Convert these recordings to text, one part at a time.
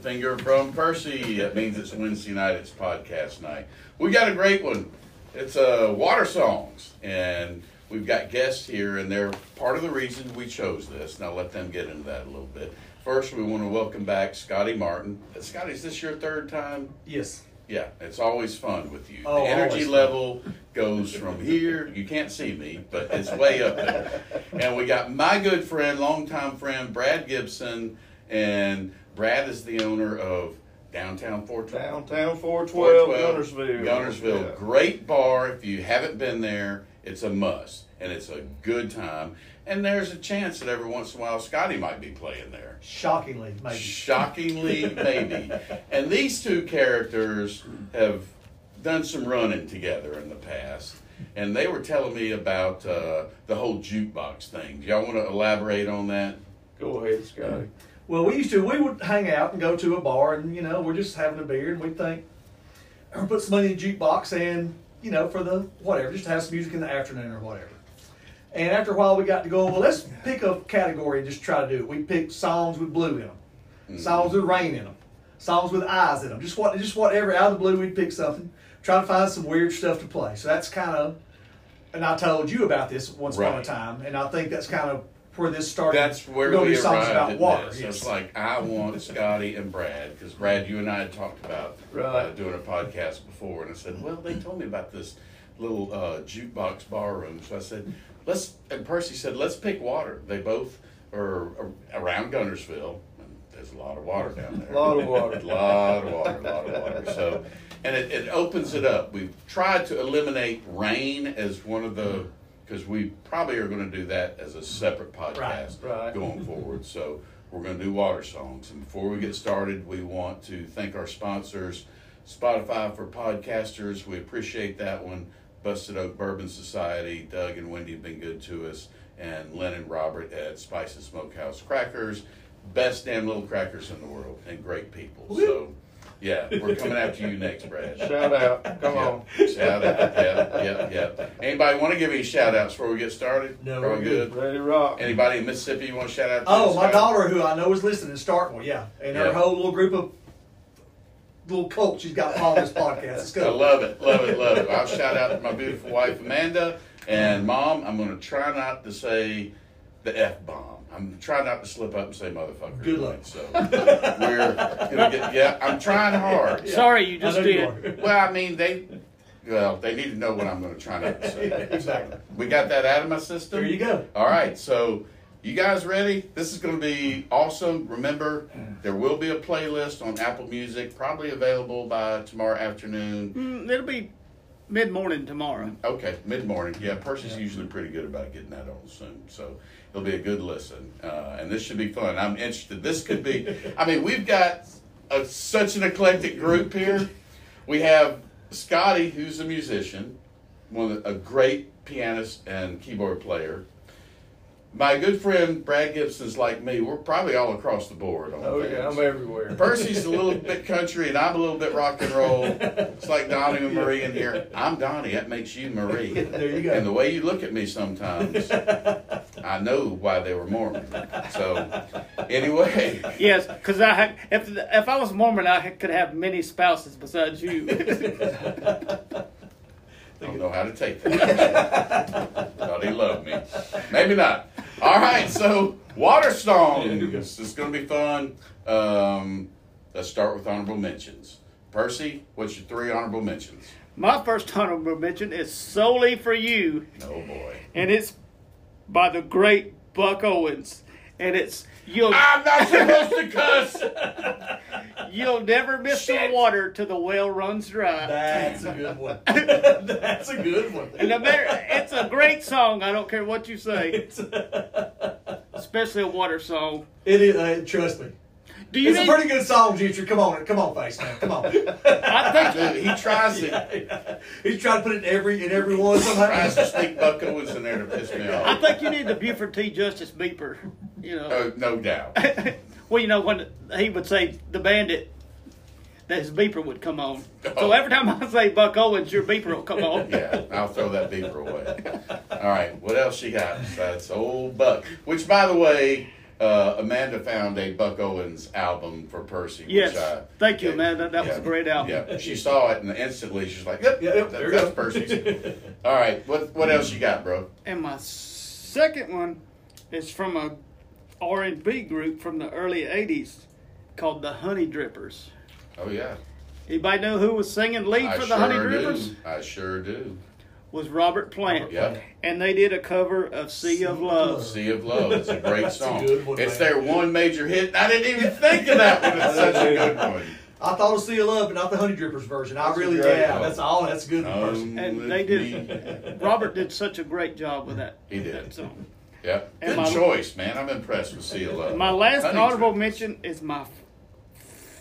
finger from Percy. That means it's Wednesday night. It's podcast night. We got a great one. It's uh, water songs, and we've got guests here, and they're part of the reason we chose this. Now let them get into that a little bit. First, we want to welcome back Scotty Martin. Scotty, is this your third time? Yes. Yeah, it's always fun with you. Oh, the energy always fun. level goes from here. You can't see me, but it's way up there. And we got my good friend, longtime friend, Brad Gibson. And Brad is the owner of Downtown 412. Downtown 412, Gunnersville. Gunnersville. Yeah. Great bar. If you haven't been there, it's a must. And it's a good time. And there's a chance that every once in a while Scotty might be playing there. Shockingly, maybe. Shockingly, maybe. And these two characters have done some running together in the past. And they were telling me about uh, the whole jukebox thing. Do y'all want to elaborate on that? Go ahead, Scotty. Well, we used to, we would hang out and go to a bar and, you know, we're just having a beer and we'd think, or put some money in the jukebox and, you know, for the whatever, just to have some music in the afternoon or whatever. And after a while, we got to go, well, let's pick a category and just try to do it. We picked songs with blue in them, songs with rain in them, songs with eyes in them, just, what, just whatever. Out of the blue, we'd pick something, try to find some weird stuff to play. So that's kind of, and I told you about this once upon Right. a time, and I think that's kind of where this started. That's where We're gonna we do songs arrived about at water. this. yes. It's like I want Scotty and Brad because Brad, you and I had talked about uh, Right. doing a podcast before, and I said, "Well, they told me about this little uh, jukebox bar room." So I said, "Let's." And Percy said, "Let's pick water." They both are a- around Gunnersville. and There's a lot of water down there. Lot of water. lot of water. lot of water. So, and it, it opens it up. We've tried to eliminate rain as one of the because we probably are going to do that as a separate podcast Right. going forward. So we're going to do water songs. And before we get started, we want to thank our sponsors, Spotify for podcasters. We appreciate that one. Busted Oak Bourbon Society, Doug and Wendy have been good to us, and Len and Robert at Spice and Smokehouse Crackers, best damn little crackers in the world, and great people. So, yeah, we're coming after you next, Brad. Shout out. Come on. Yeah, Shout out. Yeah, yeah, yeah. Anybody want to give any shout outs before we get started? No, Are we we're good. Ready to rock. Anybody in Mississippi you want to shout out to? oh, this my guy? daughter, who I know is listening in Starkville, yeah, and Yeah. her whole little group of little cult she's got following this podcast. It's I good. love it, love it, love it. I'll shout out to my beautiful wife, Amanda, and mom. I'm going to try not to say the F bomb. I'm gonna try not to slip up and say motherfucker. Good luck. So we're going to get, yeah, I'm trying hard. Sorry, you I just know you did. are. Well, I mean, they, well, they need to know what I'm going to try not to say. exactly. We got that out of my system. There you go. All right, so you guys ready? This is going to be awesome. Remember, there will be a playlist on Apple Music, probably available by tomorrow afternoon. Mm, it'll be mid morning tomorrow. Okay, mid morning. Yeah, Percy's usually pretty good about getting that on soon, so it'll be a good listen. Uh, and this should be fun. I'm interested. This could be. I mean, we've got a, such an eclectic group here. We have Scotty, who's a musician, one of the, a great pianist and keyboard player. My good friend Brad Gibson's like me. We're probably all across the board. On Oh, yeah, things. I'm everywhere. Percy's a little bit country and I'm a little bit rock and roll. It's like Donnie and Marie in here. I'm Donnie, that makes you Marie. There you go. And the way you look at me sometimes, I know why they were Mormon. So, anyway, Yes, because I had- if if I was Mormon, I had- could have many spouses besides you. I don't know how to take that. Thought he loved me. Maybe not. All right, so water songs. It's going to be fun. Um, let's start with honorable mentions. Percy, what's your three honorable mentions? My first honorable mention is solely for you, Oh boy. and it's by the great Buck Owens, and it's you'll I'm not supposed to cuss. you'll never miss the water till the well runs dry. That's a good one. That's a good one. and no matter, it's a great song. I don't care what you say, It's, it especially a water song. is. Uh, trust me. Do you It's a need, pretty good song, Jeter. Come on, come on, face man. Come on. I think Dude, he tries to He's trying to put it in every in every one tries somehow. to sneak Buck Owens in there to piss me I off. think you need the Buford T. Justice beeper. You know. Oh, no doubt. Well, you know when he would say the bandit, that his beeper would come on. Oh. So every time I say Buck Owens, your beeper will come on. Yeah, I'll throw that beaver away. All right, what else you got besides old Buck? Which, by the way, uh, Amanda found a Buck Owens album for Percy. Yes. Which I Thank you, gave- Amanda. That was a great album. Yeah. She saw it and instantly she's like, yep, Yep, yep, yep, that- there you that's go. Percy's. All right. What what else you got, bro? And my second one is from a R and B group from the early '80s called the Honey Drippers. Oh, yeah. Anybody know who was singing lead I for the sure Honey do. Drippers? I sure do. Was Robert Plant. Yeah. And they did a cover of Sea of Love. Sea of Love. It's a great song. good one, it's man. their one major hit. I didn't even think of that one. It's such a good one. I thought of Sea of Love, but not the Honey Drippers version. I That's a really, great yeah, one. that's all. That's good. Um, person. And with they me. did. Robert did such a great job with that. He did. that song. Yeah. And Good my- choice, man. I'm impressed with Sea of Love. My last Honey audible Drip. mention is my f-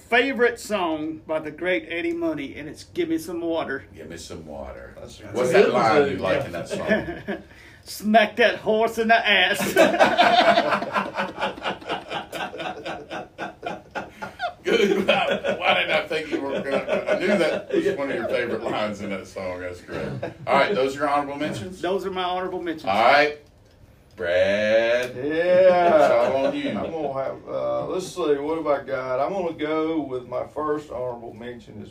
favorite song by the great Eddie Money, and it's "Give Me Some Water." Give me some water. That's a What's good that one, line too. you like in that song? Smack that horse in the ass. Good. Why didn't I think you were going to? I knew that was one of your favorite lines in that song. That's great. All right. Those are your honorable mentions. Those are my honorable mentions. All right. Brad. It's Yeah. all on you. I'm gonna have. Uh, let's see. What have I got? I'm gonna go with my first honorable mention is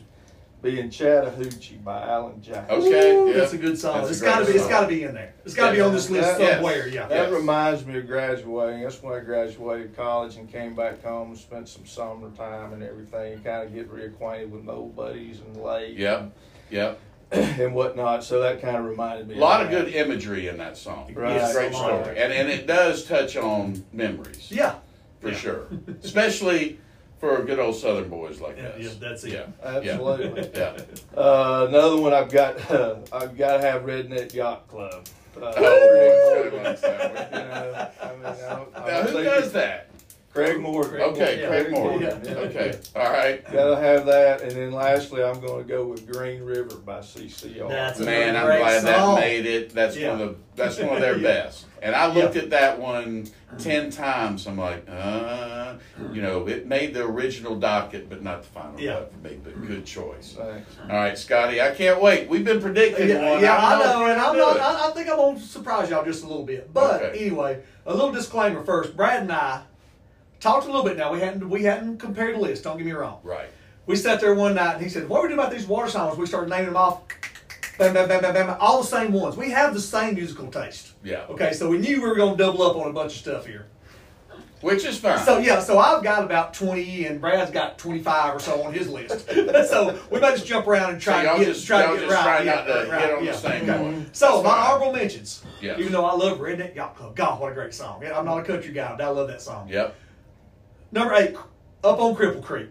being Chattahoochee by Alan Jackson. Okay. Ooh, yeah. That's a good song. That's a it's great got to be. It's song. got to be in there. It's got to be on this Yeah. list Yes. somewhere. Yeah. That Yes. reminds me of graduating. That's when I graduated college and came back home, spent some summertime and everything, kind of get reacquainted with my old buddies and the lake Yep. Yep. and whatnot. So that kind of reminded me. A lot of that. good e- imagery in that song. Right. It's a great Yes, a lot. story. And, and it does touch on memories. Yeah. For Yeah. sure. Especially for good old Southern boys like Yeah, us. yeah, that's it. Yeah. Absolutely. Yeah. Uh, another one I've got. I've got to have Redneck Yacht Club. Uh, Oh, Rick's got one, so- you know, I mean, I don't- I Now, don't who think does it's- that? Craig Morgan. Okay, Uh, Yeah. Craig Moore. Yeah. Okay, all right. Gotta have that, and then lastly, I'm gonna go with Green River by CCR. That's- Man, I'm Great glad song. that made it. That's one of the, that's one of their best. And I looked at that one ten times. I'm like, uh, you know, it made the original docket, but not the final Yeah. cut for me. But good choice. Thanks. All right, Scotty, I can't wait. We've been predicting Yeah, one. yeah, I know, and I'm not. it. I, I think I'm gonna surprise y'all just a little bit. But Okay. anyway, a little disclaimer first. Brad and I talked a little bit. Now we hadn't we hadn't compared the list. Don't get me wrong. Right. We sat there one night and he said, "What do we do about these water songs?" We started naming them off. Bam, bam, bam, bam, bam, all the same ones. We have the same musical taste. Yeah. Okay, so we knew we were gonna double up on a bunch of stuff here. Which is fine. So yeah, so I've got about twenty, and Brad's got twenty-five or so on his list. so we might just jump around and So try y'all and get just, try y'all to get just right. try yeah, not to right, get on yeah. the same one. So my That's fine. honorable mentions. Yes. Even though I love Redneck Yacht Club, God, what a great song! Yeah, I'm not a country guy, but I love that song. Yep. Number eight, Up on Cripple Creek.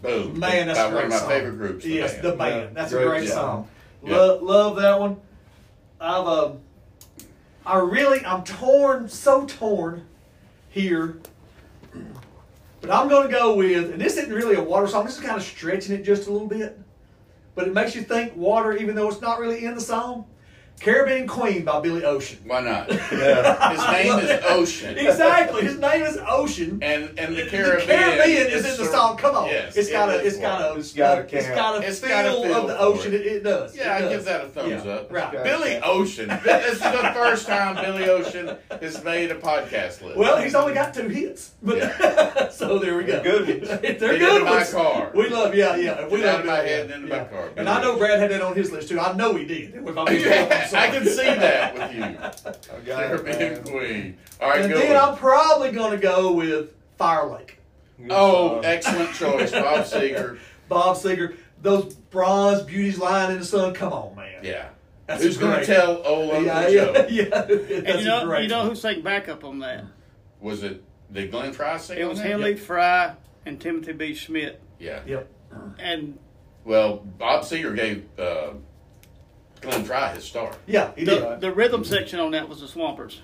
Boom. Man, that's By a great one of my song. favorite groups. yes, band. the band. That's Great a great song. song. Yeah. Lo- love that one. I've um, I really, I'm torn, so torn here. But I'm going to go with, and this isn't really a water song. This is kind of stretching it just a little bit, but it makes you think water, even though it's not really in the song. Caribbean Queen by Billy Ocean. Why not? His Yeah. name is Ocean. exactly. His name is Ocean. And and the The Caribbean, is, in the sur- song. Come on, Yes, it's got it a, is it's got a, one. It's got a it's count. got a It's feel got a feel of the for ocean. it. It, it does. Yeah, it I does. give that a thumbs Yeah, up. right. Billy Ocean. This is the first time Billy Ocean has made a podcast list. Well, he's only got two hits, but so there we go. Good ones. They're Get good in my ones. car. We love, yeah, yeah. We Get out love of my Billy, head and yeah, into my yeah. car, And Billy. I know Brad had that on his list too. I know he did. If I'm being wrong, I'm sorry. I can see that with you. I got it, Caribbean man. Queen. All right, And good. then one. I'm probably gonna go with Fire Lake. Good uh, Oh, song. excellent choice, Bob Seger. Bob Seger, those bronze beauties lying in the sun. Come on, man. Yeah. That's Who's going to great. tell old Uncle Yeah, Joe? yeah, yeah. That's and you a know, great you know one. who sang backup on that? Was it did Glenn Fry sing? It on was that? Henley Fry and Timothy B. Schmidt. Yeah. Yep. And Well, Bob Seger gave uh, Glenn Fry his start. Yeah, he did. the, the rhythm section on that was the Swampers.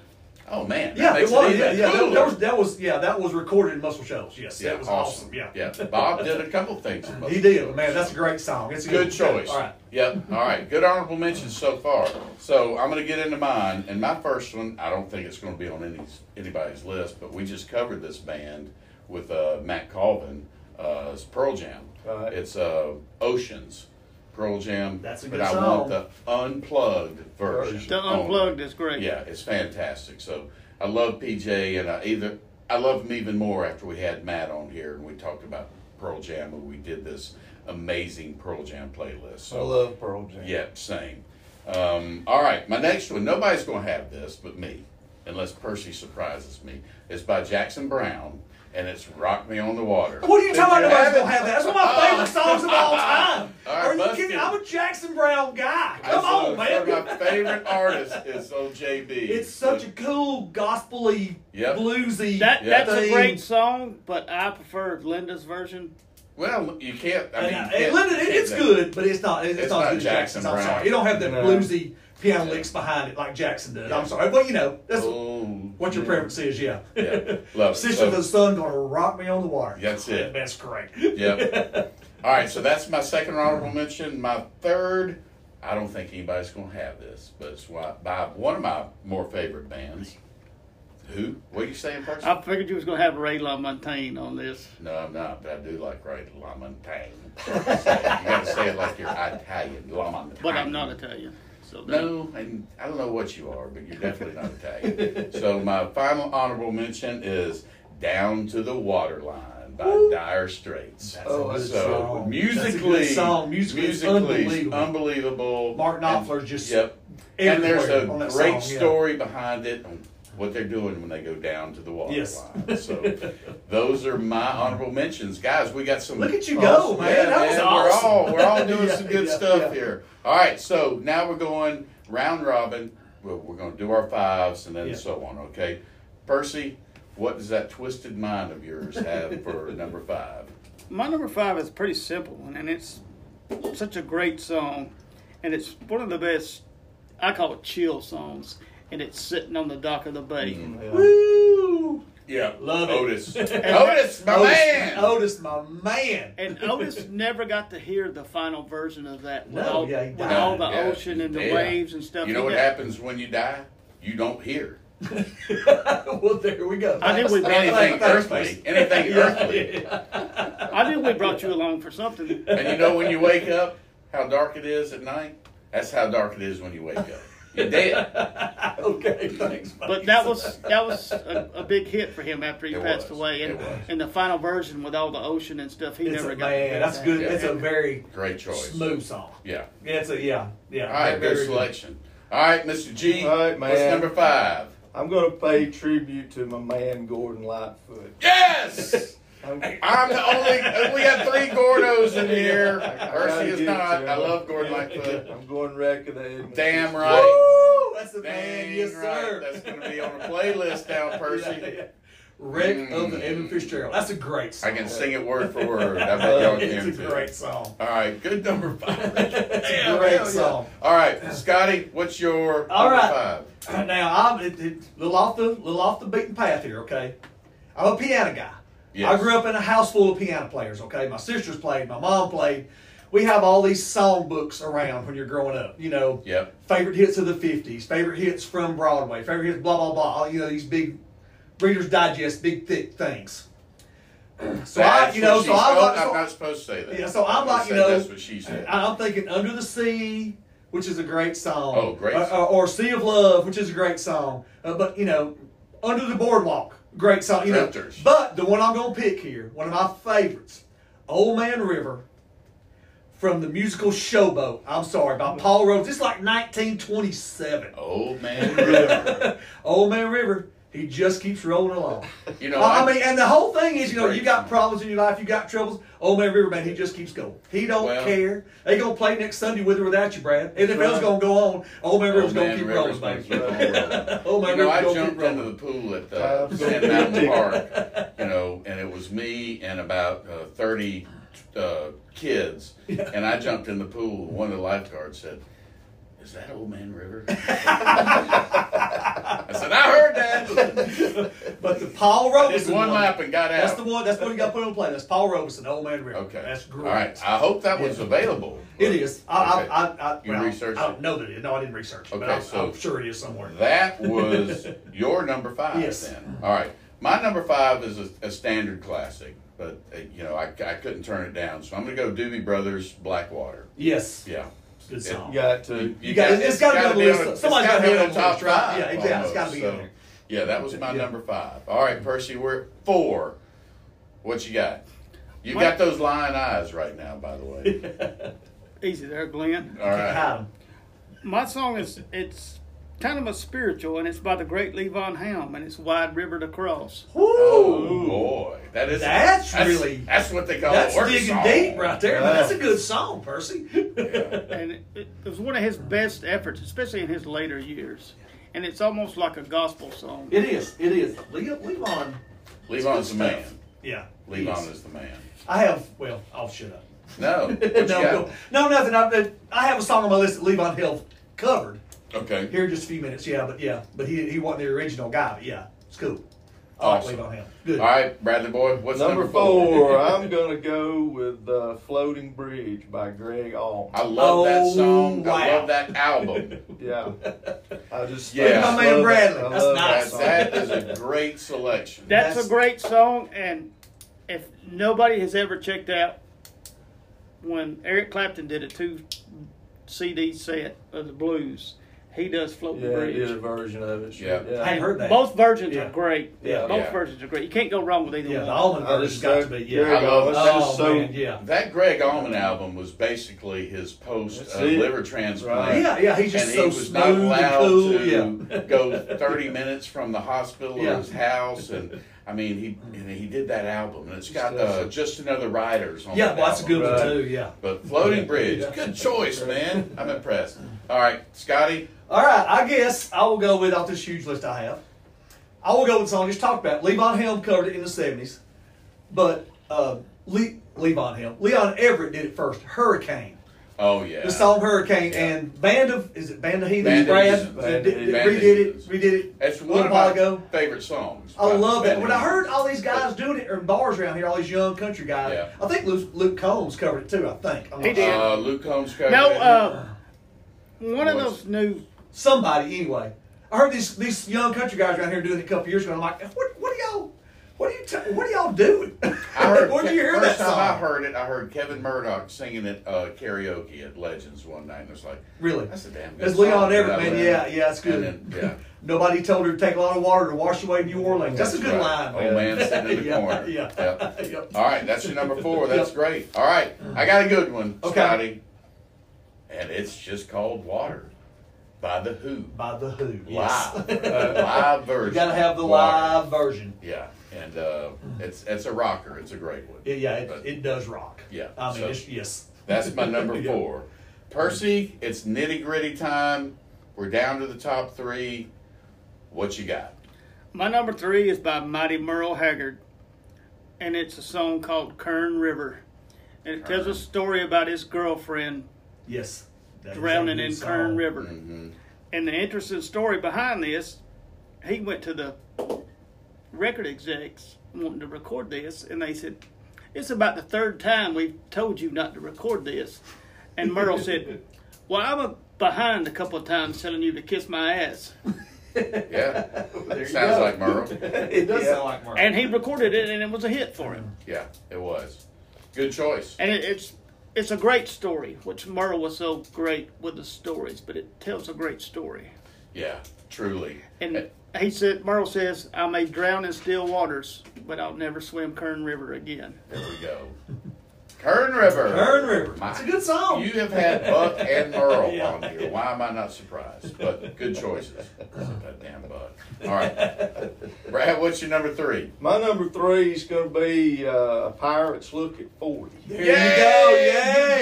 Oh man. that Yeah, it makes was. even Yeah, yeah. That, cooler. that was that was yeah. That was recorded in Muscle Shoals. Yes, Yeah, that was awesome. Yeah, Yeah. Bob did a couple things. in He Buffalo. did, but man. That's a great song. It's a Good good, one. choice. All right. Yep. All right. Good honorable mentions so far. So I'm going to get into mine, and my first one I don't think it's going to be on any anybody's list, but we just covered this band with uh, Matt Colvin. Uh, it's Pearl Jam. Right. It's uh, Oceans. Pearl Jam. That's a but good I want song. the unplugged version. Version. The only. unplugged is great. Yeah, it's fantastic. So I love PJ, and I either I love them even more after we had Matt on here and we talked about Pearl Jam and we did this amazing Pearl Jam playlist. I So love Pearl Jam. Yep, same. Um, all right, my next one. Nobody's going to have this but me, unless Percy surprises me. It's by Jackson Brown, and it's "Rock Me on the Water." What are you talking about? Did Nobody's have it? gonna have that. That's one of my favorite songs of all time. All right, are you bust kidding? it. I'm a Jackson Brown guy. Come That's on, one of man. My favorite artist is OJB. It's such a cool gospely Yep. bluesy. That Yeah. that's a thing. great song, but I prefer Linda's version. well, you can't. I mean, And, you uh, can't- it- Linda, it- you it's can't- good, but it's not. It's, It's not, not as good as Jackson. Jackson I'm Brown. sorry. You don't have the No. bluesy piano Yeah. licks behind it like Jackson did. Yeah. I'm sorry, but you know that's Oh, what your preference is. Yeah. Yeah. Love it. Sister of Love the sun gonna rock me on the water. That's it. That's great. Yep. All right, so that's my second honorable mention. My third, I don't think anybody's going to have this, but it's why, by one of my more favorite bands. Who? What are you saying, person? I figured you was gonna have Ray LaMontagne on this. no, I'm not, but I do like Ray LaMontagne. you got to say it like you're Italian, LaMontagne. But I'm not Italian. So that- No, and I don't know what you are, but you're definitely not Italian. so my final honorable mention is "Down to the Waterline" by Dire Straits. Oh, that's a so song. musically, That's a good song. Musically, it's unbelievable. unbelievable. Mark Knopfler's And- just yep. And there's a everywhere on that great song, yeah. story behind it. On what they're doing when they go down to the waterline. Yes. So those are my honorable mentions, guys. We got some. Oh, Look at you go, man. Yeah, that was man, awesome. We're all we're all doing Yeah, some good yeah, stuff yeah. here. All right, so now we're going round robin. We're, we're going to do our fives and then Yeah. so on. Okay, Percy, what does that twisted mind of yours have for number five? My number five is a pretty simple one, and it's such a great song, and it's one of the best. I call it chill songs, and it's sitting on the dock of the bay. Yeah. Woo! Yeah, Love it. Otis. Otis, my Otis, man. Otis, my man. And Otis never got to hear the final version of that with, No, all, yeah, he with died. all the Yeah, ocean and the yeah. waves and stuff. You know He what got- happens when you die? You don't hear well, there we go. I think we brought- anything Thanks, thanks, earthly. Anything earthly. I knew we brought you along for something. And you know when you wake up, how dark it is at night? That's how dark it is when you wake up. You're dead. okay, thanks. But that was that was a, a big hit for him after he It passed was. away, It and was. and the final version with all the ocean and stuff, he it's never a, got. to hear man, that's that. good. Yeah. It's a very Great choice. smooth song. Yeah. Yeah, it's a yeah, yeah. All right, good selection. All right, Mr. G. All right, man. What's number five? I'm gonna pay tribute to my man Gordon Lightfoot. Yes! I'm- I'm the only, we got three Gordos in here. I gotta Percy is give it not. to him. I love Gordon Lightfoot. I'm going wreck of the Edmonds. Damn right. Woo! That's the man, Dang yes right. sir. That's going to be on a playlist now, Percy. Wreck of Mm. the Evan Fitzgerald. That's a great song. I can sing it word for word. I bet y'all can Uh, It's a too. great song. All right, good number five. It's Yeah, a great hell yeah. song. All right, Scotty, what's your All number right. five? Now I'm it, it, little off the little off the beaten path here. Okay, I'm a piano guy. Yes. I grew up in a house full of piano players. Okay, my sisters played, my mom played. We have all these song books around when you're growing up. You know, Yep. favorite hits of the '50s, favorite hits from Broadway, favorite hits, blah blah blah. All, you know these big Reader's Digest, big thick things. So I, That's you know, what so she I'm spoke- like, I'm so- not supposed to say that. yeah, so I'm like, you Say know, that's what she said. I- I'm thinking Under the Sea, which is a great song. Oh, great. Or, or- or Sea of Love, which is a great song. Uh, but you know, Under the Boardwalk, great song. You Drifters. know, but the one I'm gonna pick here, one of my favorites, Old Man River. From the musical Showboat, I'm sorry, by Paul Rhodes. It's like 1927. Old man river. Old Man River, he just keeps rolling along. You know, Well, I, I'm- mean, and the whole thing is, you know, Great. you got problems in your life, you got troubles. Old man Riverman, he just keeps going. He don't Well- care. They gonna play next Sunday with or without you, Brad. And if That's else right. gonna go on, old man River's Old gonna Man keep River's rolling, baby. gonna keep rolling. old man you know, I River's gonna keep jumped into rolling. the pool at the Sand Mountain Absolutely. Park, you know, and it was me and about uh, 30 uh, kids. And I jumped in the pool. and One of the lifeguards said, Is that Old Man River? I said, I heard that. But the Paul I did Robeson one lap and got out. That's the one. That's the one you got put on play. That's Paul Robeson, Old Man River. Okay. that's great. All right. I hope that was available. It is. I, Okay. I, I, I, You well, researched I don't it? know that it. No, I didn't research it, but Okay, I'm, so- I'm sure it is somewhere. That was your number five. Yes. Then. All right. My number five is a, a standard classic, but uh, you know I, I couldn't turn it down, so I'm gonna go Doobie Brothers Blackwater. Yes, Yeah. good Yeah. song. You got to. You got, it's, it's got to be on the on- list. Somebody's it's got to be on on the top top list, right? five Yeah, exactly. It's got to almost, be so on there. Yeah, that was my Yeah. number five. All right, Percy, we're at four. What you got? You got those lion eyes right now, by the way. Easy there, Glenn. All right. Hide 'em. My song is it's kind of a spiritual, and it's by the great Levon Helm, and it's "Wide River to Cross." Oh Woo! boy, that is That's really- that's what they call That's a work digging song. deep right there. Yeah. That's a good song, Percy. and it, it was one of his best efforts, especially in his later years. And it's almost like a gospel song. It is. It is. Le- Levon. Levon's the man. Yeah. he is. Levon is the man. I have. Well, I'll shut up. No, what you no, got? no, no, nothing. I, I have a song on my list that Levon Hill covered Okay. here in just a few minutes. Yeah, but yeah, but he he wasn't the original guy. But yeah, it's cool. I Awesome. like Levon Hill. Good. All right, Bradley boy. What's number, Number four, I'm gonna go with uh, "Floating Bridge" by Greg Allman. I love that Oh, song. I wow. love that album. Yeah, I just Yeah. Look at my man love that- Bradley. I That's love nice. song. that is a great selection. That's, That's- a great song, and if nobody has ever checked out when Eric Clapton did a two CD set of the blues, he does "Floating Yeah, he did a Bridge." version of it. Yeah. I hadn't heard that. Both versions Yeah. are great. Yeah. Both Yeah. versions are great. You can't go wrong with either yeah, one. the Almond I version's just got to love- be. There Yeah. I you go. love That's Oh just so man, yeah. That Greg Allman album was basically his post That's uh, it. liver transplant. Right. Yeah, yeah, he's And just he so was not smooth and allowed cool. to yeah. go 30 minutes from the hospital Yeah. or his house. And I mean, he and he did that album. And it's got Just uh, awesome. just another riders on Yeah, that well, that's a album. good one Right. too. Yeah. But Floating Bridge, Yeah. good choice, man. I'm impressed. All right, Scotty. All right, I guess I will go with off this huge list I have. I will go with the song I just talked about. Levon Helm covered it in the seventies, but uh, Le- Levon Helm, Leon Everett did it first. Hurricane, Oh, yeah. the song Hurricane, Yeah. and Band of is it Band of Heathens? Band of Brad Heathens. that did- that Band of redid it, Heathens. redid it. That's a one little of while my ago. favorite songs. I love it. that. When I heard all these guys doing it or in bars around here, all these young country guys. Yeah. I think Luke, Luke Combs covered it too. I think I'm He not did. sure. Uh, Luke Combs covered No, it. uh, one of What's- those new somebody anyway. I heard these these young country guys around here doing it a couple years ago. and I'm like, what what are y'all what are you ta- what are y'all doing? I heard Where'd you hear first that time song? I heard it, I heard Kevin Murdoch singing it uh, karaoke at Legends one night, and it's like Really? that's a damn good. It's Leon song. Everett, And I man. went, Yeah, yeah, it's good. And then, yeah, Nobody told her to take a lot of water to wash away New Orleans. That's, a good right. line, man. Old man sitting in the Yeah, corner. yeah. Yep. Yep. All right, that's your number four. That's Yep. great. All right, I got a good one, Okay. Scotty, and it's just called Water by the Who. By the Who. Yes. Live, live version. you gotta have the Water. live version. Yeah, and uh, it's it's a rocker. It's a great one. Yeah, yeah, it, But- it does rock. Yeah, I mean, so- it's, yes. That's my number Yeah. four. Percy, it's nitty gritty time. We're down to the top three. What you got? My number three is by Mighty Merle Haggard, and it's a song called Kern River. And it tells a story about his girlfriend Yes. That is a drowning good in song. Mm-hmm. Kern River. Mhm. And the interesting story behind this, he went to the record execs wanting to record this, and they said, It's about the third time we've told you not to record this. And Merle said, Well, I'm behind a couple of times telling you to kiss my ass. Yeah, There you sounds go. like Merle. it does Yeah. sound like Merle. And he recorded it, and it was a hit for him. Yeah, it was. Good choice. and it, it's it's a great story, which Merle was so great with the stories, but it tells a great story. Yeah, truly. And he said, Merle says, I may drown in still waters, but I'll never swim Kern River again. There we go. Kern River. Kern River. My- It's a good song. You have had Buck and Merle Yeah. on here. Why am I not surprised? But good choices. Goddamn Buck. All right. Brad, what's your number three? My number three is gonna be uh, "Pirates Look at 40. There Yeah, you go, you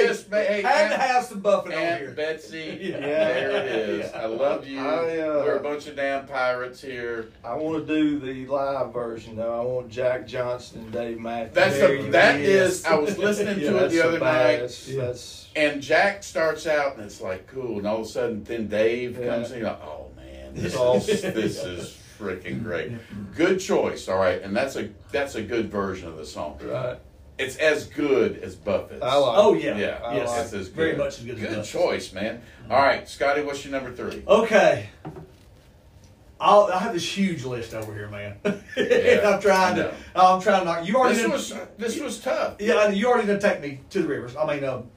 yay! just ma- hey, Had and- to have some buffing on Aunt here. Betsy, Yeah. there it is. I love you. I, uh, We're a bunch of damn pirates here. I want to do the live version though. I want Jack Johnson and Dave Matthews. That's There a, you that go. is. I was listening Yeah, to it that's the a other night, badass- That's and Jack starts out, and it's like cool, and all of a sudden, then Dave Yeah. comes in. Like, oh man, this Yeah. is this is freaking great. Good choice. All right, and that's a that's a good version of the song. right. It's as good as Buffett's. I like. Oh yeah, Yeah, I yes, like It's as very good. much as good. Good as that. choice, man. All right, Scotty, what's your number three? Okay, I'll, I have this huge list over here, man. and I'm trying I know. to, I'm trying to knock. You already, This done- was this was tough. yeah, I know, you already done take me to the rivers. I mean, um,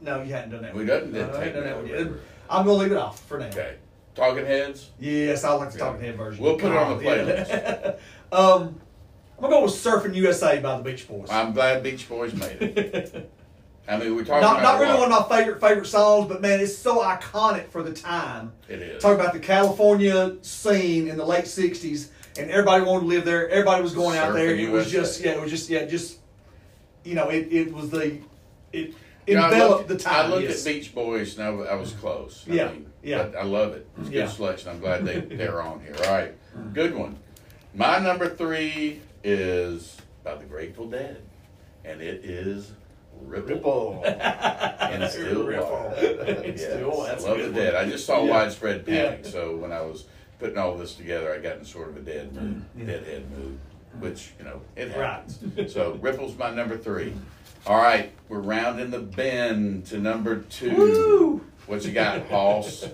no, you hadn't done that. We one. didn't No, did I take hadn't done me that to one the yet. river. I'm gonna leave it off for now. Okay. Talking Heads. Yes, I like the Yeah. Talking Head version. We'll put it on the God, yeah. um, I'm gonna go with Surfing USA by the Beach Boys. I'm glad Beach Boys made it. I mean, we're talking not about not a really lot. one of my favorite favorite songs, but man, it's so iconic for the time. It is. Talk about the California scene in the late '60s, and everybody wanted to live there. Everybody was going out there. Surfing It was USA. just yeah, it was just yeah, just you know, it, it was the it You know, I enveloped looked- the time. I looked yes. at Beach Boys and I, w- I was close. I Yeah, mean, yeah. But I love it. It's a good Yeah. selection. I'm glad they, they're on here. All right. Good one. My number three is by the Grateful Dead, and it is Ripple. Ripple. And still Ripple. And Still Water. That's a I love the good Dead. I just saw Yeah. widespread Yeah. panic, so when I was putting all this together, I got in sort of a dead mood, deadhead mood, which you know it Mm. Right. happens. so Ripple's my number three. All right, we're rounding the bend to number two. Woo! What you got, Hoss?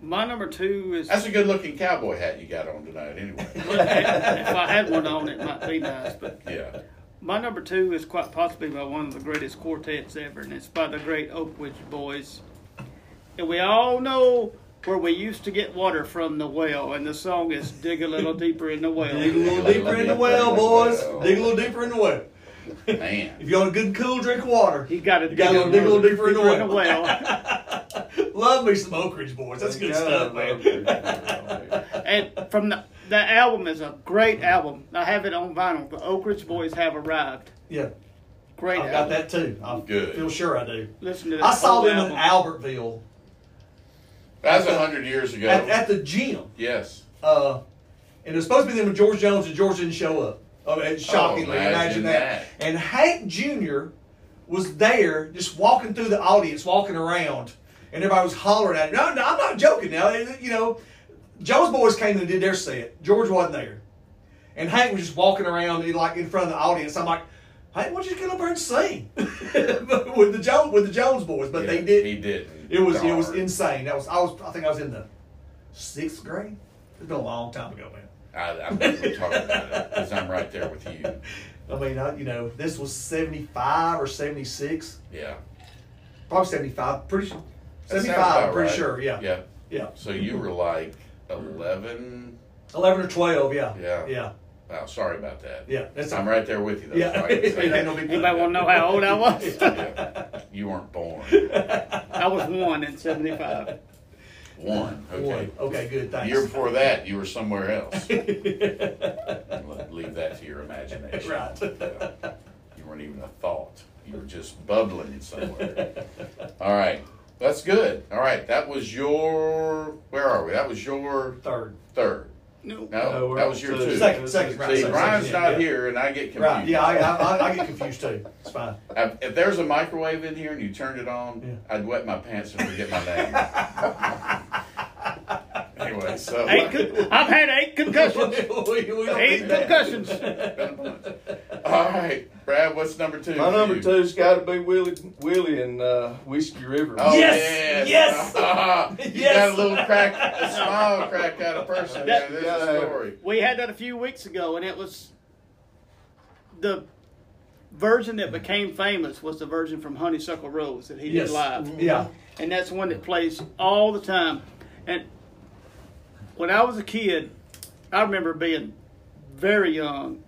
My number two is That's a good-looking cowboy hat you got on tonight, anyway. if I had one on, it might be nice. But Yeah. my number two is quite possibly by one of the greatest quartets ever, and it's by the great Oakwood Boys. And we all know where we used to get water from the well, and the song is "Dig a Little Deeper in the Dig a Well." little deeper in the well, boys. Dig a little deeper in the well. If Man. you want a good cool drink of water, You got to You gotta dig a little deeper in the well. love me some Oak Ridge boys. That's good stuff, man. and from the the album is a great album. I have it on vinyl. The Oak Ridge Boys have arrived. Yeah, Great I've got album. that too. I Good. feel sure I do. Listen to this I saw whole them album. in Albertville That was a hundred years ago. at, at the gym. yes. Uh, and it was supposed to be them with George Jones, and George didn't show up. Oh, and shockingly, imagine imagine, that. that. And Hank Jr. was there, just walking through the audience, walking around, and everybody was hollering at him. No, no, I'm not joking. Now, It- you know, Joe's boys came and did their set. George wasn't there, and Hank was just walking around, he, like in front of the audience. I'm like. Hank, why don't you get up there and sing with the Jones with the Jones boys? But they Yeah, did. He didn't. It was it was Darn. insane. That was I was I think I was in the sixth grade. It's been a long time ago, man. I, I'm not even talking about it because I'm right there with you. I mean, I, you know, this was seventy five or seventy six, Yeah. probably seventy five. Pretty sure. That sounds Seventy about five. I'm pretty right. sure. Yeah. Yeah. Yeah. So you were like 11. Eleven or twelve. Yeah. Yeah. Yeah. Wow, sorry about that. Yeah, that's- I'm right there with you, though. Yeah. so I can say It ain't no big deal. Anybody want to know how old I was? Yeah. You weren't born. I was one in '75. One. Okay. One. Okay. Good. The Thanks. year before that, you were somewhere else. Le- Leave that to your imagination. Right. Yeah. You weren't even a thought. You were just bubbling somewhere. All right. That's good. All right. That was your. Where are we? That was your Third. third. No. No, we're that on was your to- two. Second. Second. Right. See, second, Ryan's second, not yeah, here, and I get confused. Yeah. Right. Yeah. I, I, I- I get confused too. It's fine. I- If there's a microwave in here and you turned it on, Yeah. I'd wet my pants and forget my name. anyway, so Eight con- I've had eight concussions. we, we don't Eight need that. concussions. all right, Brad, what's number two? My for number you? two's got to be Willie, Willie and uh, Whiskey River. Oh, Yes, yes. you Yes. got a little crack, a small crack out of person. That- Yeah, there's a story. We had that a few weeks ago, and it was the version that became famous was the version from Honeysuckle Rose that he Yes. Mm-hmm. did live, Yeah. and that's one that plays all the time. And when I was a kid, I remember being very young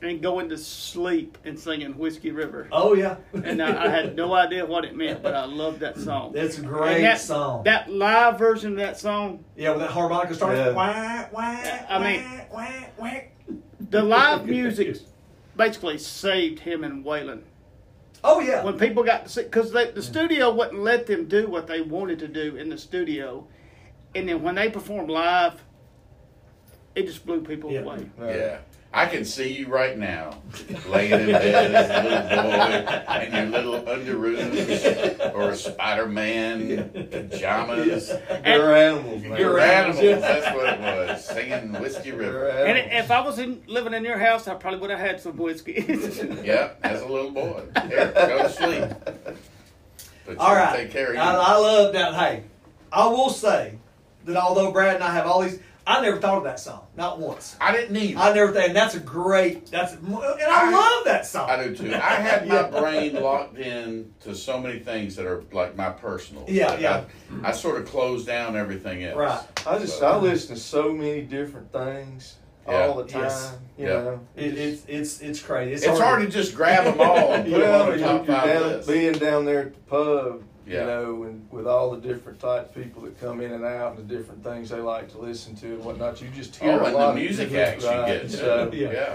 and going to sleep and singing Whiskey River. Oh yeah. and I, I had no idea what it meant, but I loved that song. That's a And great that, song. That live version of that song, yeah, with that harmonica starting. Yeah. Wah, wah, I mean- wah, wah, wah. the live music basically saved him and Waylon. Oh yeah. When people got to see, because the studio wouldn't let them do what they wanted to do in the studio, and then when they performed live, it just blew people Yeah. away. Uh, Yeah. I can see you right now, laying in bed as a little boy in your little underoos or Spider Man pajamas. They're animals, man. Your Right. animals, that's what it was. Singing Whiskey They're River. And animals. if I was in, living in your house, I probably would have had some whiskey. Yep, as a little boy. Here, go to sleep. But you All right. take care of you. I, I love that. Hey, I will say that although Brad and I have all these, I never thought of that song, not once. I didn't either. I never, and that's a great. That's and I, I- love that song. I do too. I have my Yeah. brain locked in to so many things that are like my personal. Yeah, that yeah. I, I sort of close down everything else. Right. I just I listen to so many different things all the time. Yes. You Yeah. know, It, it's it's it's crazy. It's, hard to just grab them all and put Well, them on you- the top you're five down- list. Being down there at the pub, Yeah. you know, and with all the different type of people that come in and out and the different things they like to listen to and whatnot, you just hear Oh, a and lot the of music different- acts you right, get. So, too. Yeah. Yeah.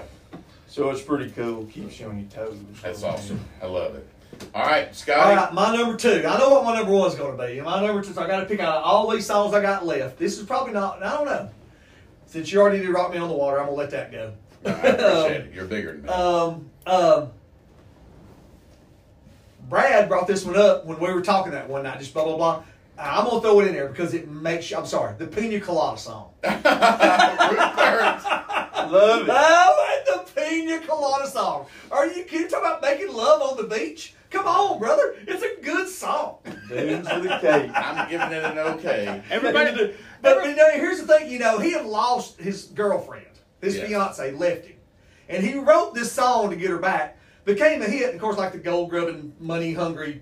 so it's pretty cool. Keeps you on your toes. that's awesome. I love it. All right, All Scotty. right, my number two. I know what my number one's going to be. My number two. So I got to pick out all these songs I got left. This is probably not. I don't know. Since you already did "Rock Me on the Water," I'm gonna let that go. No, I appreciate it. You're bigger than me. Um, um, Brad brought this one up when we were talking that one night. Just blah blah blah. I'm gonna throw it in there because it makes. you I'm sorry, the Pina Colada song. Root Burns. I love it. Oh, and the Pina Colada song. Are you kidding? Talk about making love on the beach. Come on, brother. It's a good song. Dunes with a cake. I'm giving it an okay. Everybody, But you know, here's the thing. You know, he had lost his girlfriend. His Yeah. fiance left him, and he wrote this song to get her back. Became a hit, and of course, like the gold grubbing, money hungry,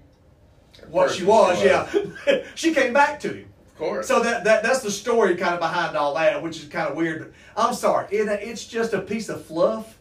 what she Person was. Yeah, she came back to him. Of course. So that, that that's the story kind of behind all that, which is kind of weird. But I'm sorry, it, it's just a piece of fluff,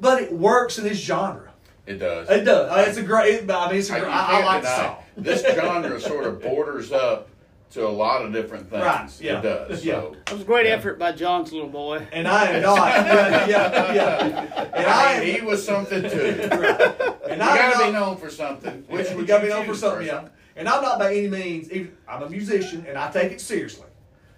but it works in this genre. it does. It does. Uh, It's a great. It, I mean, it's a I, great, you I, I can't like the deny song. it. This genre sort of borders up to a lot of different things. Right, yeah, It does. yeah. So. That was a great effort by John's little boy. And I am not. yeah, yeah, yeah. And I I am. mean, he was something too. and You I gotta am not- be known for something. Which Yeah, would you gotta you be known for choose something, first? yeah. And I'm not by any means. Even, I'm a musician, and I take it seriously,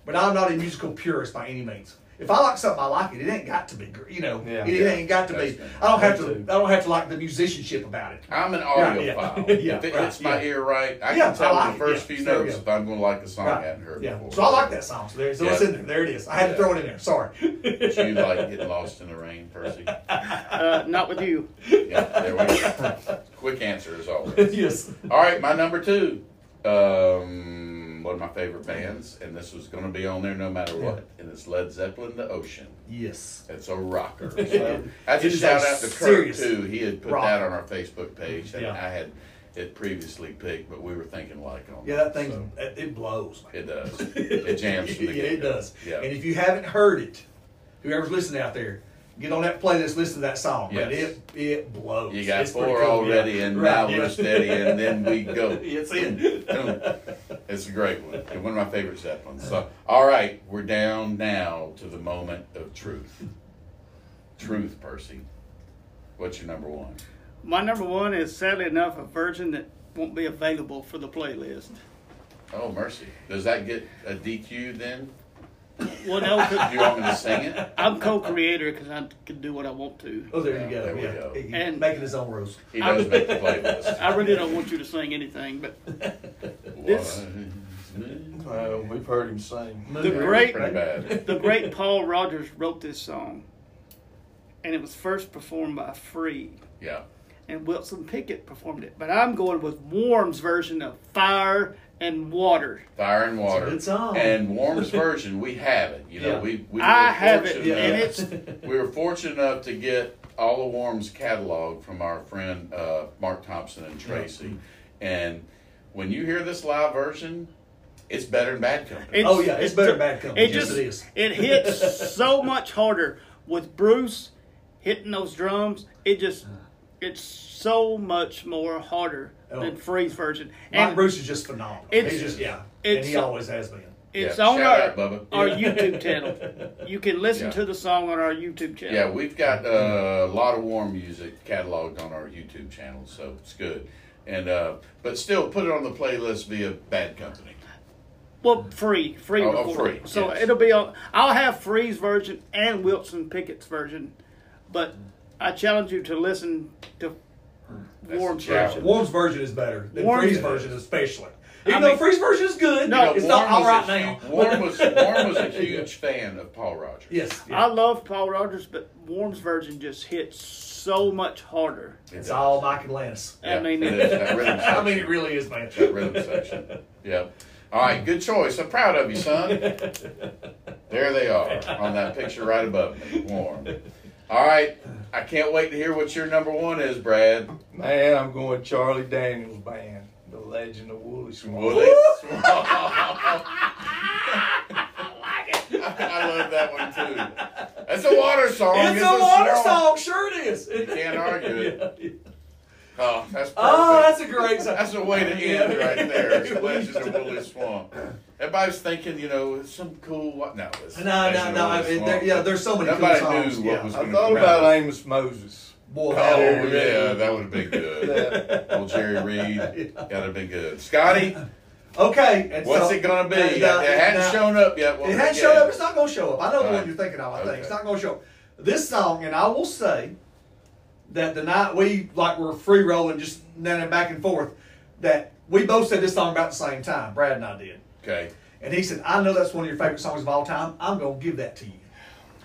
but I'm not a musical purist by any means. If I like something, I like it. It ain't got to be, gr- you know. Yeah. it, it Yeah. ain't got to be. That's- I don't have me to. too. I don't have to like the musicianship about it. I'm an Right, yeah. audiophile. Yeah, if it right, hits my yeah. ear right, I Yeah, I can tell like the it, first yeah. few There we notes go. if I'm going to like a song I Right. hadn't heard yeah. before. So I like that song. So, there, so it's Yeah. in there. There it is. I had to Yeah. throw it in there. Sorry. But you like getting lost in the rain, Percy? Uh, not with you. Yeah, there we go. Quick answer as always. yes. All right, my number two. Um, one of my favorite bands, and this was going to be on there no matter what, and it's Led Zeppelin, The Ocean. Yes. It's a rocker. So that's a It is shout a out to Kurt serious too. He had put rocker. that on our Facebook page, and Yeah. I had it previously picked, but we were thinking like on Yeah, that thing. thing. It, it blows. Man. it does. It jams. From the yeah, it get-go. does. Yeah. And if you haven't heard it, whoever's listening out there, get on that playlist, listen to that song. Man, Yes. it it blows. You got It's pretty four cool, already, yeah. and Right, now yeah. we're steady, and then we go. It's in. it's a great one. And one of my favorite Zeppelins. So, all right, we're down now to the moment of truth. Truth, Percy. What's your number one? My number one is sadly enough a version that won't be available for the playlist. Oh mercy! Does that get a DQ then? Well, no, 'cause Do you want me to sing it? I'm co-creator because I can do what I want to. Oh, there you go. There we yeah. go. He- he And- making his own rules. He does make the playlist. I really don't want you to sing anything, but This- Uh, we've heard him sing. The great- uh, Pretty bad. the great Paul Rogers wrote this song, and it was first performed by Free, Yeah. and Wilson Pickett performed it. But I'm going with Warm's version of "Fire and Water." Fire and water. good song. And Warm's version, we have it. You know, Yeah. we, we I were have it, fortunate and enough- it's we were fortunate enough to get all of Warm's catalog from our friend uh, Mark Thompson and Tracy. And when you hear this live version, it's better than Bad Company. It's- Oh, yeah, it's better than Bad Company. It Yes, just it is. it hits so much harder with Bruce hitting those drums. It just Uh. it's so much more harder Oh. than Free's version. Mike And Bruce is just phenomenal. It's- He's just yeah, and it's- he always has been. it's Yeah, on shout our, out, Bubba. our YouTube channel. You can listen Yeah. to the song on our YouTube channel. Yeah, we've got uh, a lot of warm music cataloged on our YouTube channel, so it's good. And uh, but still, put it on the playlist via Bad Company. Well, free, free, Oh, oh, recording. free, So yes. it'll be on. I'll have Free's version and Wilson Pickett's version, but I challenge you to listen to That's Warm's the challenge. version. Warm's version is better than Warm's- Free's version, especially. Even I though mean- Free's version is good, No, it's not all Warm right was a now. huge- Warm was Warm was a huge fan of Paul Rogers. Yes, I love Paul Rogers, but Warm's version just hits so much harder. It it's does. all Mike and Lannis. Yeah, I mean, it is. That rhythm I mean, section. it really is, man. that rhythm section. Yeah. All right, good choice. I'm proud of you, son. There they are on that picture right above me, warm. All right, I can't wait to hear what your number one is, Brad. Man, I'm going Charlie Daniels Band, The Legend of Wooly Swan. Well, that's- I love that one too. That's a water song. It's a water song. song, sure it is. You can't argue it. Oh, that's perfect. Oh, that's a great song. That's a way to end Yeah. right there. It's Legend of Wooly Swamp. Everybody's thinking, you know, it's some cool. What? No, it's No, no, Legend no. of I Wooly mean, there, Swamp. yeah, there's so many Nobody cool songs. knew what yeah. was I thought about Amos Moses. Boy, Oh that- Jerry yeah, Reed. that would have been good. That- Old Jerry Reed, that'd have been good. Scotty, Okay. and what's so- it gonna be? now- it now- hadn't now- shown up yet. What It we hadn't get? showed up. It's not going to show up. I know the Right. one you're thinking of. I think it's Okay. not going to show up. This song, and I will say that the night we like were free rolling, just nanning back and forth, that we both said this song about the same time. Brad and I did, Okay, and he said, "I know that's one of your favorite songs of all time. I'm going to give that to you."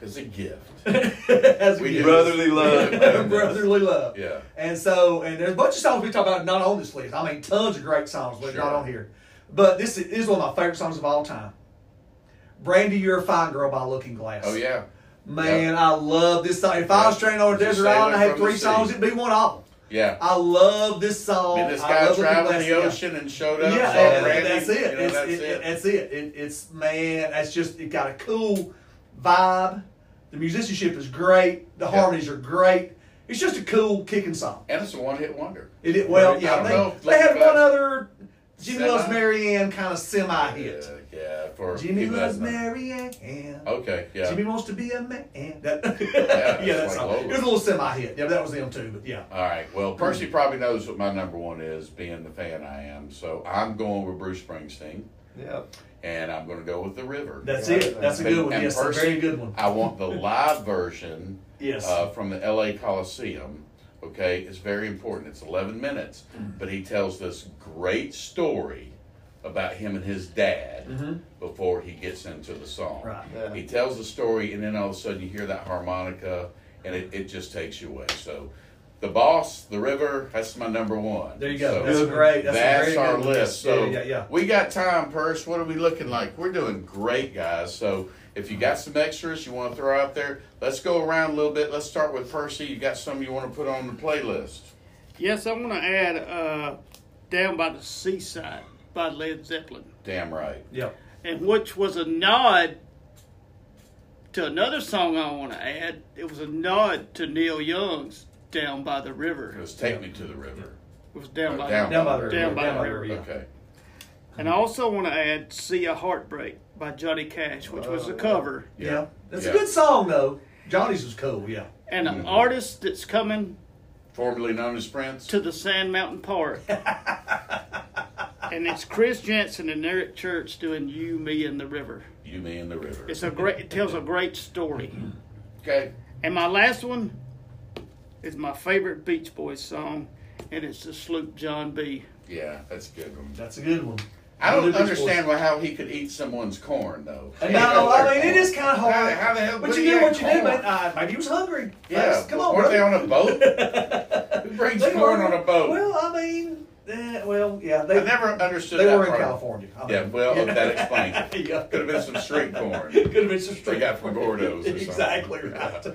it's a gift. As We did. gift. Brotherly love. brotherly love. Yeah. And so, and there's a bunch of songs we talk about not on this list. I mean, tons of great songs, but not Sure. on here. But this is, is one of my favorite songs of all time. Brandy, You're a Fine Girl by Looking Glass. Oh yeah, Man, I love this song. If I Yeah. was stranded on a Just desert sailing island, I had from the three sea. songs, it'd be one all. yeah. I love this song. And this I guy love Looking traveled Glass. the ocean and showed Yeah, up. yeah saw and Randy, that's you it. know, it's, that's it, it. That's it. It- It's man. That's just it. Got a cool vibe. The musicianship is great. The Yeah. harmonies are great. It's just a cool kicking song. and it's a one-hit wonder. It, it well, Right, I yeah. don't They, know. they had Looking one back- other Jimmy Semi? Loves Marianne kind of semi hit. Yeah, Uh, yeah, for Jimmy people that Loves know. Marianne. Okay, Oh, yeah. Jimmy wants to be a man. That, yeah, Yeah, that it's like song. Lola. It was a little semi hit. Yeah, but that was them too. But yeah. All right. Well, Percy probably knows what my number one is, being the fan I am. So I'm going with Bruce Springsteen, Yep. and I'm going to go with the river. That's Yeah, it. That's a good one. And Yes, a Percy, very good one. I want the live version Yes. uh, from the LA Coliseum. Okay, it's very important. It's 11 minutes, Mm-hmm. but he tells this great story about him and his dad before he gets into the song. Mm-hmm. Right. Yeah. He tells the story, and then all of a sudden you hear that harmonica, and it, it just takes you away. So, The Boss, The River, that's my number one. There you go. So- that's great. That's, that's, a very our good one. list. So yeah, yeah, yeah. we got time, Purse. What are we looking like? We're doing great, guys. So if you got some extras you want to throw out there, let's go around a little bit. Let's start with Percy. You got some you want to put on the playlist? Yes, I want to add uh, Down by the Seaside by Led Zeppelin, Damn right. yeah. and which was a nod to another song I want to add. It was a nod to Neil Young's Down by the River. It was Take Me to the River. It was Down Oh, by Down. the Down by the river. Down by the river, yeah. Okay. And I also want to add See a Heartbreak by Johnny Cash, which was a cover. Yeah. Yeah. That's Yeah. a good song though. Johnny's was cool, yeah. And an artist that's coming Formerly known as Prince. to the Sand Mountain Park. and it's Chris Jensen and Eric Church doing You, Me, and the River. You, Me, and the River. It's a great. It tells a great story. Okay. And my last one is my favorite Beach Boys song, and it's the Sloop John B. Yeah, that's a good one. That's a good one. I don't Little Beach understand Boys. why how he could eat someone's corn though. No, I mean it is kind of hard. How, how the hell? but would you he do have what you do, corn? man. Uh, maybe he was hungry. Yeah, Yes, come on, weren't brother. they on a boat? Who brings They corn were- on a boat? Well, I mean, eh, well, yeah, they I never understood they that were in part. California. I Yeah, mean, well, that explains it. yeah. Could have been some street corn. Could have been some They got from Gordo's or something. Exactly right.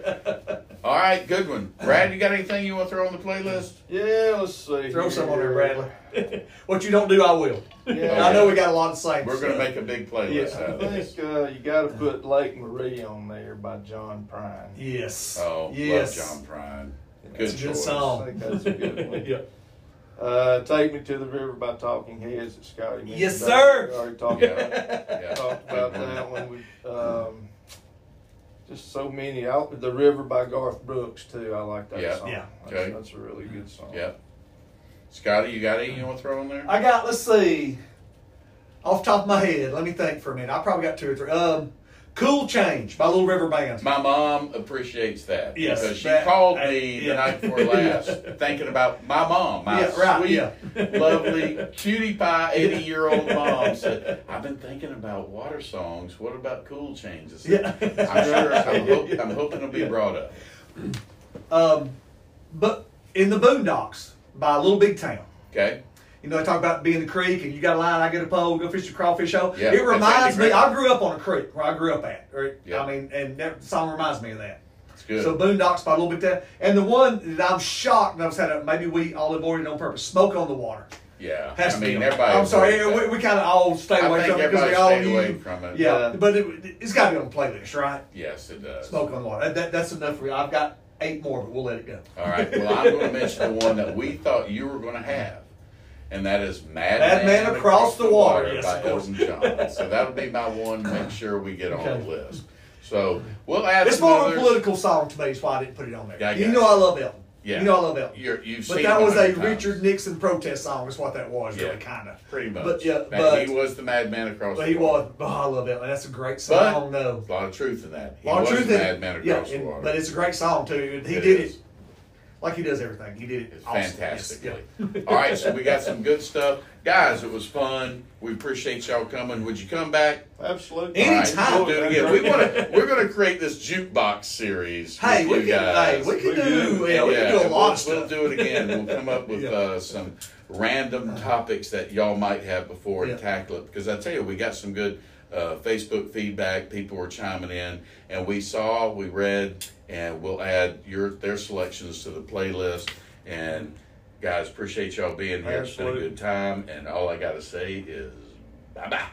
All right, good one. Brad, you got anything you want to throw on the playlist? Yeah, let's see. Throw some on there, here. Bradley. what you don't do, I will. Yeah. I know we got a lot of same. We're going to make a big playlist Yeah, out I of this. think uh, you got to put Lake Marie on there by John Prine. Yes. Oh, yes. love John Prine. Good, That's a good choice. song. I think that's a good one. yeah. Uh, Take Me to the River by Talking Heads at Scotty. mentioned Yes, that. sir. We already talked about, Yeah. yeah. Mm-hmm. talked about Good one. that one. We, um, just so many. I, the River by Garth Brooks too. I like that Yeah. song. Yeah. That's, Okay. that's a really good song. Yep. Scotty, you got any you want to throw on there? I got. Let's see. Off top of my head, let me think for a minute. I probably got two or three. Um, Cool Change by Little River Band. My mom appreciates that Yes, because she that- called I- me yeah. the night before last, thinking about my mom, my Yeah, right, sweet, yeah. lovely, cutie pie, eighty-year-old mom. Said, "I've been thinking about water songs. What about cool changes?" Yeah. I'm sure. I'm, hope, I'm hoping it'll be brought up. Um, but in the Boondocks by Little Big Town. Okay. You know, they talk about being the creek and you got a line, I get a pole, go fish the crawfish hole. Yeah, it that's reminds actually me, great. I grew up on a creek where I grew up at. Right? Yeah. I mean, and that song reminds me of that. It's good. So Boondock Spot, a little bit that. And the one that I'm shocked, and I've said uh, maybe we all avoided it on purpose, Smoke on the Water. yeah. I Has to be mean, on. everybody. I'm sorry, avoids we, that. we kind of all stayed I away think from it because everybody we all stayed knew. away from it. Yeah, Uh, but it, it's got to be on the playlist, right? Yes, it does. Smoke on the Water. That, that's enough for me. I've got eight more, but we'll let it go. All right. Well, I'm going to mention the one that we thought you were going to have, and that is Mad, Mad Men Across the Water, yes, by of course. Elton John. So that'll be my one. Make sure we get on Okay. the list. So we'll add It's some more of a others. political song to me, is why I didn't put it on there. Yeah, I you guess. know I love Elton. Yeah. You know I love Elton. You're, you've but seen that it was a 100 times. Richard Nixon protest song, is what that was, Yeah. really, kind of. Pretty much. But, yeah, That- but- he was the madman across But the he water. was. Oh, I love Elton. That's a great But- song, though. A lot of truth in that. He Long was truth the in- madman across yeah, the and- water. But it's a great song too. He It did is. it like he does everything. He did it It's awesome. fantastically. Yes, All right, so we got some good stuff. Guys, it was fun. We appreciate y'all coming. Would you come back? Absolutely. All right, Anytime. we'll do it again. We want to. We're going to create this jukebox series. yeah. Hey, with we you can, hey, guys. we can We do, do. yeah, we Yeah, can do a and lot we'll, of stuff. We'll do it again. We'll come up with Yeah. uh, some random topics that y'all might have before and Yeah. tackle it. Because I tell you, we got some good uh, Facebook feedback. People were chiming in, and we saw, we read, and we'll add your their selections to the playlist. And guys, appreciate y'all being here. It's been a Absolutely. good time. And all I got to say is bye bye.